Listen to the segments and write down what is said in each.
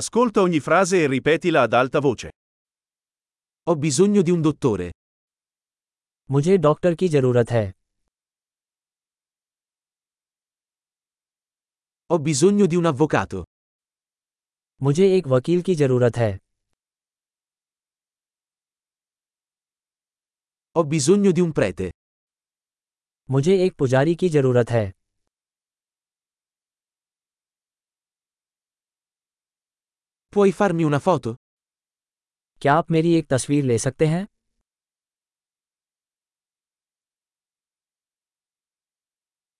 Ascolta ogni frase e ripetila ad alta voce. Ho bisogno di un dottore. मुझे doctor की जरूरत है Ho bisogno di un avvocato. मुझे एक वकील की जरूरत है Ho bisogno di un prete. मुझे एक पुजारी की जरूरत है Puoi farmi una foto? क्या आप मेरी एक तस्वीर ले सकते हैं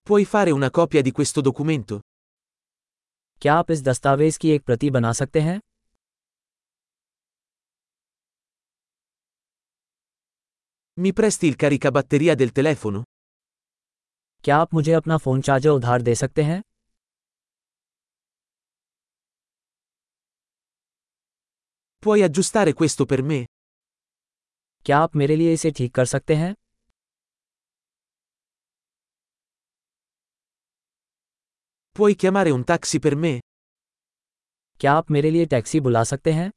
Puoi fare una copia di questo documento? क्या आप इस दस्तावेज की एक प्रति बना सकते हैं Mi presti il caricabatteria del telefono? क्या आप मुझे अपना फोन चार्जर उधार दे सकते हैं Puoi aggiustare questo per me? क्या आप मेरे लिए इसे ठीक कर सकते हैं Puoi chiamare un taxi per me? क्या आप मेरे लिए टैक्सी बुला सकते हैं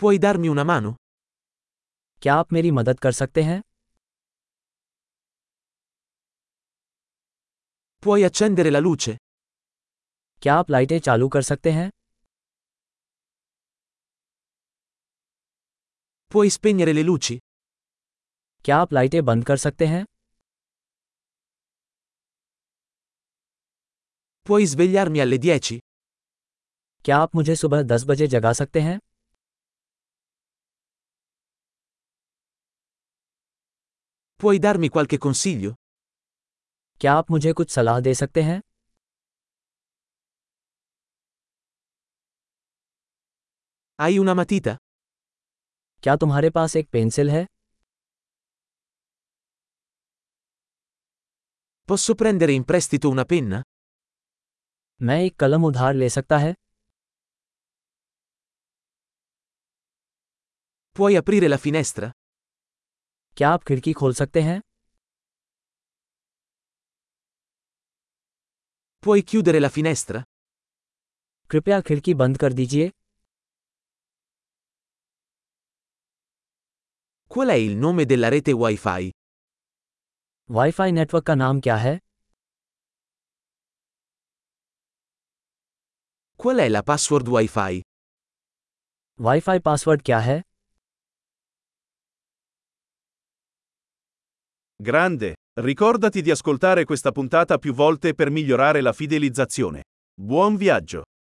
Puoi darmi una mano? क्या आप मेरी मदद कर सकते हैं Puoi accendere la luce? क्या आप लाइटें चालू कर सकते हैं Puoi spegnere le luci? क्या आप लाइटें बंद कर सकते हैं Puoi svegliarmi alle 10? क्या आप मुझे सुबह दस बजे जगा सकते हैं Puoi darmi qualche consiglio? क्या आप मुझे कुछ सलाह दे सकते हैं Hai una matita? क्या तुम्हारे पास एक पेंसिल है Posso prendere in prestito una penna? मैं एक कलम उधार ले सकता है Puoi aprire la finestra? क्या आप खिड़की खोल सकते हैं Puoi chiudere la finestra? कृपया खिड़की बंद कर दीजिए Qual è il nome della rete Wi-Fi? WiFi network का नाम क्या है Qual è la password Wi-Fi? WiFi password क्या है Grande! Ricordati di ascoltare questa puntata più volte per migliorare la fidelizzazione. Buon viaggio!